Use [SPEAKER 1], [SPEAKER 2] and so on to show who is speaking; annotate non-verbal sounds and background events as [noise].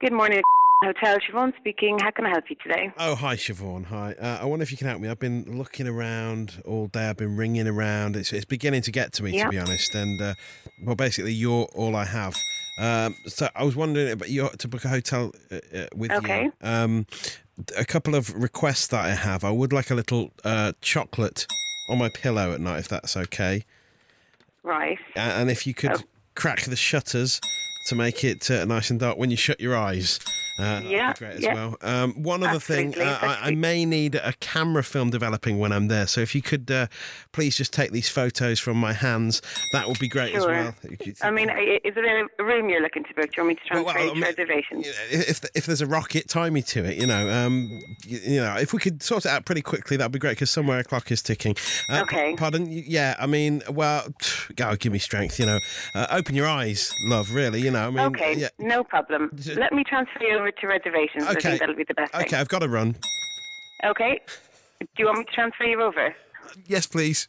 [SPEAKER 1] Good morning, Hotel. Siobhan speaking. How can I help you today?
[SPEAKER 2] Oh, hi, Siobhan. Hi. Uh, I wonder if you can help me. I've been looking around all day. I've been ringing around. It's, it's beginning to get to me,
[SPEAKER 1] Yeah.
[SPEAKER 2] to be honest. And, uh, well, basically, you're all I have. Um, so I was wondering about you to book a hotel uh, uh, with
[SPEAKER 1] Okay.
[SPEAKER 2] you. Um, a couple of requests that I have. I would like a little uh, chocolate on my pillow at night, if that's okay.
[SPEAKER 1] Right.
[SPEAKER 2] A- And if you could
[SPEAKER 1] Oh.
[SPEAKER 2] crack the shutters to make it uh, nice and dark when you shut your eyes. Uh, that'd be
[SPEAKER 1] Yeah,
[SPEAKER 2] great as
[SPEAKER 1] yeah.
[SPEAKER 2] well. Um, one other thing,
[SPEAKER 1] Absolutely,
[SPEAKER 2] uh, I, I
[SPEAKER 1] absolutely.
[SPEAKER 2] may need a camera film developing when I'm there. So if you could uh, please just take these photos from my hands, that would be great as
[SPEAKER 1] Sure.
[SPEAKER 2] well. If you-
[SPEAKER 1] I mean, i- is there a room you're looking to book? Do you want me to
[SPEAKER 2] Well,
[SPEAKER 1] transfer
[SPEAKER 2] um, well,
[SPEAKER 1] you to
[SPEAKER 2] I mean,
[SPEAKER 1] reservations?
[SPEAKER 2] you know, if if there's a rocket, tie me to it. You know, um, you, you know, if we could sort it out pretty quickly, that'd be great because somewhere a clock is ticking. Uh,
[SPEAKER 1] Okay.
[SPEAKER 2] Pardon? Y- Yeah. I mean, well, [sniffs] God, give me strength. You know, uh, open your eyes, love. Really. You know. I mean,
[SPEAKER 1] okay,
[SPEAKER 2] Yeah.
[SPEAKER 1] no problem.
[SPEAKER 2] J-
[SPEAKER 1] Let me transfer you over to reservations. I
[SPEAKER 2] Okay.
[SPEAKER 1] think that'll be the best
[SPEAKER 2] Okay.
[SPEAKER 1] thing.
[SPEAKER 2] I've got to run. [laughs]
[SPEAKER 1] Okay. Do you want me to transfer you over?
[SPEAKER 2] Yes, please.